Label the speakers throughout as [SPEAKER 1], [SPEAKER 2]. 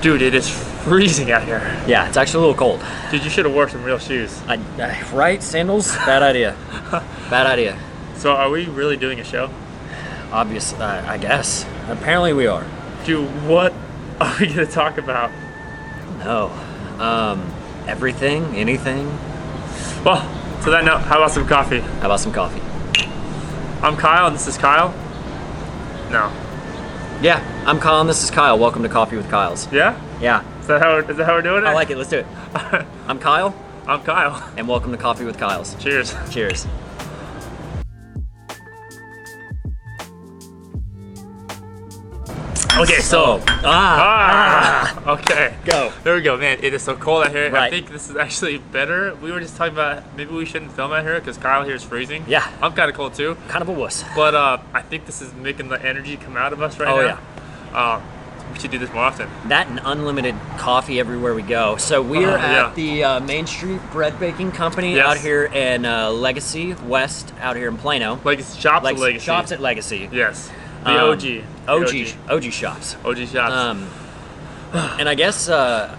[SPEAKER 1] Dude, it is freezing out here.
[SPEAKER 2] Yeah, it's actually a little cold.
[SPEAKER 1] Dude, you should have wore some real shoes.
[SPEAKER 2] I, I, right? Sandals? Bad idea. Bad idea.
[SPEAKER 1] So, are we really doing a show?
[SPEAKER 2] Obvious, uh, I guess. Apparently we are.
[SPEAKER 1] Dude, what are we gonna talk about?
[SPEAKER 2] No. Um, everything? Anything?
[SPEAKER 1] Well, to that note, how about some coffee?
[SPEAKER 2] How about some coffee?
[SPEAKER 1] I'm Kyle, and this is Kyle. No.
[SPEAKER 2] Yeah, I'm Kyle and this is Kyle. Welcome to Coffee with Kyles.
[SPEAKER 1] Yeah?
[SPEAKER 2] Yeah,
[SPEAKER 1] Is that how, is that how we're doing it?
[SPEAKER 2] I like it. Let's do it. I'm Kyle
[SPEAKER 1] I'm Kyle.
[SPEAKER 2] and welcome to Coffee with Kyles.
[SPEAKER 1] Cheers.
[SPEAKER 2] Cheers.
[SPEAKER 1] Okay, so.
[SPEAKER 2] ah,
[SPEAKER 1] Ah, okay.
[SPEAKER 2] go.
[SPEAKER 1] There we go, man. It is so cold out here. I
[SPEAKER 2] Right.
[SPEAKER 1] think this is actually better. We were just talking about maybe we shouldn't film out here because Kyle here is freezing.
[SPEAKER 2] Yeah.
[SPEAKER 1] I'm kind of cold too.
[SPEAKER 2] Kind of a wuss.
[SPEAKER 1] But uh, I think this is making the energy come out of us right now.
[SPEAKER 2] Oh,
[SPEAKER 1] yeah. Uh, we should do this more often.
[SPEAKER 2] That and unlimited coffee everywhere we go. So we are
[SPEAKER 1] Uh,
[SPEAKER 2] at
[SPEAKER 1] yeah.
[SPEAKER 2] the uh, Main Street Bread Baking Company
[SPEAKER 1] Yes.
[SPEAKER 2] out here in uh, Legacy West, out here in Plano.
[SPEAKER 1] Like it's shops of
[SPEAKER 2] Legacy-
[SPEAKER 1] Uh, legacy.
[SPEAKER 2] Shops at Legacy.
[SPEAKER 1] yes. The
[SPEAKER 2] Um,
[SPEAKER 1] OG. The
[SPEAKER 2] OG. OG shops.
[SPEAKER 1] OG. shops.
[SPEAKER 2] Um, and I guess uh,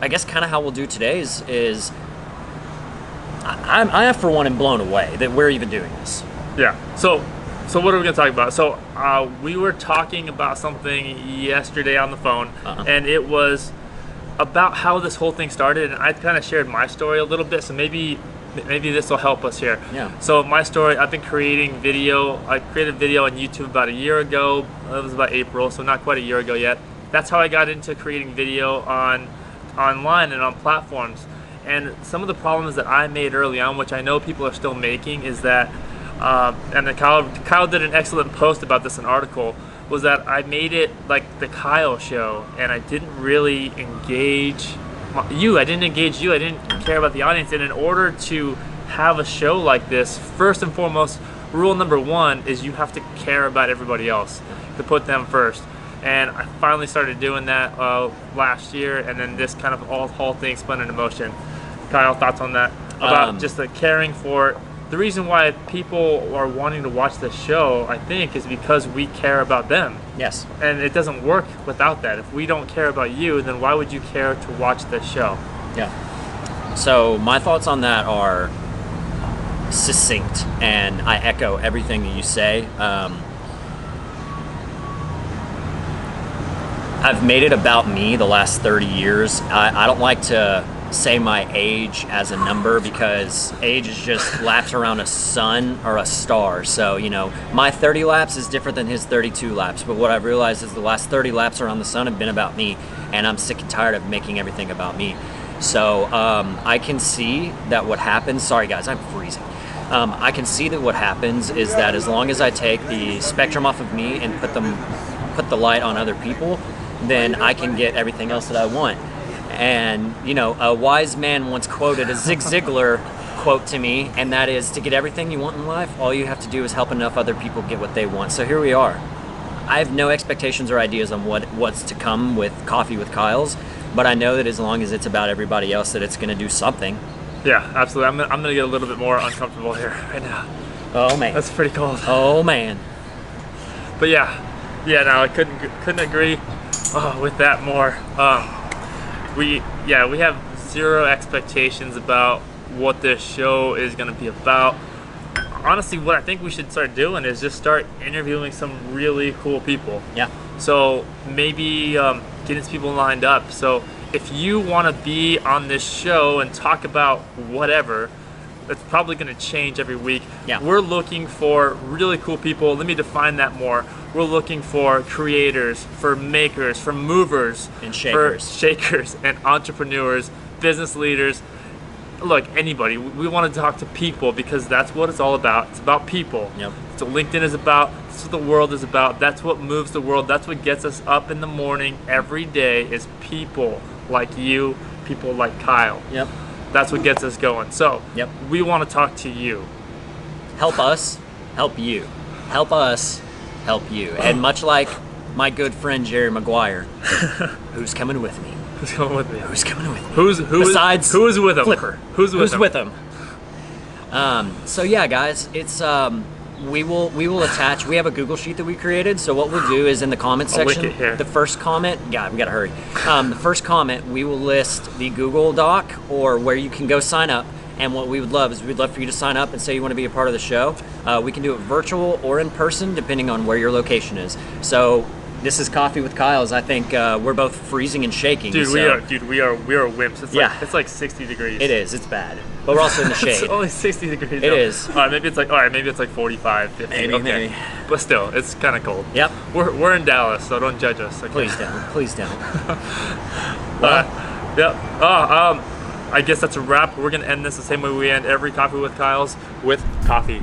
[SPEAKER 2] I guess kind of how we'll do today is is I, I'm- I for one am blown away that we're even doing this.
[SPEAKER 1] yeah. So, so what are we gonna talk about? So, uh, we were talking about something yesterday on the phone,
[SPEAKER 2] Uh-huh.
[SPEAKER 1] and it was about how this whole thing started. And I kind of shared my story a little bit, so maybe maybe this will help us here.
[SPEAKER 2] Yeah.
[SPEAKER 1] So my story, I've been creating video. I created a video on YouTube about a year ago. It was about April, so not quite a year ago yet. That's how I got into creating video on online and on platforms. And some of the problems that I made early on, which I know people are still making, is that, um, and then Kyle, Kyle did an excellent post about this, an article, was that I made it like the Kyle show, and I didn't really engage my- you. I didn't engage you. I didn't care about the audience. And in order to have a show like this, first and foremost, rule number one is you have to care about everybody else to put them first. And I finally started doing that uh, last year, and then this kind of all whole thing spun into motion. Kyle, thoughts on that about
[SPEAKER 2] Um,
[SPEAKER 1] just the caring for. The reason why people are wanting to watch this show, I think, is because we care about them
[SPEAKER 2] Yes.
[SPEAKER 1] and it doesn't work without that. If we don't care about you, then why would you care to watch this show?
[SPEAKER 2] Yeah. So my thoughts on that are succinct, and I echo everything that you say. Um, I've made it about me the last 30 years. I, I don't like to say my age as a number because age is just laps around a sun or a star. So, you know, my 30 laps is different than his 32 laps. But what I've realized is the last 30 laps around the sun have been about me, and I'm sick and tired of making everything about me. So, um, I can see that what happens. Sorry, guys, I'm freezing um, I can see that what happens is that as long as I take the spectrum off of me and put them, put the light on other people, then I can get everything else that I want. And you know, a wise man once quoted a Zig Ziglar quote to me, and that is, "To get everything you want in life, all you have to do is help enough other people get what they want." So here we are. I have no expectations or ideas on what what's to come with Coffee with Kyle's, but I know that as long as it's about everybody else, that it's going to do something.
[SPEAKER 1] Yeah, absolutely. I'm, I'm gonna get a little bit more uncomfortable here right now.
[SPEAKER 2] Oh man.
[SPEAKER 1] That's pretty cold.
[SPEAKER 2] Oh man.
[SPEAKER 1] But yeah, yeah. No, I couldn't couldn't agree uh, with that more. Um, we yeah we have zero expectations about what this show is gonna be about. Honestly, what I think we should start doing is just start interviewing some really cool people.
[SPEAKER 2] Yeah.
[SPEAKER 1] So maybe um, getting some people lined up. So if you want to be on this show and talk about whatever, it's probably going to change every week.
[SPEAKER 2] Yeah.
[SPEAKER 1] We're looking for really cool people. Let me define that more. We're looking for creators, for makers, for movers,
[SPEAKER 2] And
[SPEAKER 1] for
[SPEAKER 2] shakers.
[SPEAKER 1] shakers and entrepreneurs, business leaders. Look, anybody. We, we want to talk to people because that's what it's all about. It's about people.
[SPEAKER 2] Yep.
[SPEAKER 1] That's what LinkedIn is about. That's what the world is about. That's what moves the world. That's what gets us up in the morning every day is people like you, people like Kyle.
[SPEAKER 2] Yep.
[SPEAKER 1] That's what gets us going. So
[SPEAKER 2] Yep.
[SPEAKER 1] we want to talk to you.
[SPEAKER 2] help us help you help us help you and much like my good friend jerry maguire who's coming with me
[SPEAKER 1] Who's going with me?
[SPEAKER 2] who's coming with me
[SPEAKER 1] Who's who is-
[SPEAKER 2] Besides
[SPEAKER 1] who is with him?
[SPEAKER 2] flipper
[SPEAKER 1] Who's with
[SPEAKER 2] who's
[SPEAKER 1] him?
[SPEAKER 2] with him um, so yeah guys it's um, we will we will attach. We have a Google sheet that we created. So what we'll do is in the comment
[SPEAKER 1] I'll lick
[SPEAKER 2] section,
[SPEAKER 1] it here.
[SPEAKER 2] the first comment. God, we gotta hurry. Um, the first comment, we will list the Google Doc or where you can go sign up. And what we would love is we'd love for you to sign up and say you want to be a part of the show. Uh, we can do it virtual or in person, depending on where your location is. So this is coffee with Kyle's. I think uh, we're both freezing and shaking.
[SPEAKER 1] Dude, we
[SPEAKER 2] so-
[SPEAKER 1] are dude, we are we are wimps. It's
[SPEAKER 2] Yeah.
[SPEAKER 1] like it's like 60 degrees.
[SPEAKER 2] It is. It's bad. But we're also in the
[SPEAKER 1] It's
[SPEAKER 2] shade.
[SPEAKER 1] only 60 degrees.
[SPEAKER 2] It
[SPEAKER 1] though.
[SPEAKER 2] is.
[SPEAKER 1] All right, maybe it's like all right, maybe it's like 45, 50.
[SPEAKER 2] Maybe,
[SPEAKER 1] okay.
[SPEAKER 2] maybe.
[SPEAKER 1] But still, it's kind of cold.
[SPEAKER 2] Yep.
[SPEAKER 1] We're, we're in Dallas, so don't judge us. Okay?
[SPEAKER 2] Please don't. Please don't.
[SPEAKER 1] Uh, yep. Uh, Oh, um, I guess that's a wrap. We're gonna end this the same way we end every coffee with Kyle's with coffee.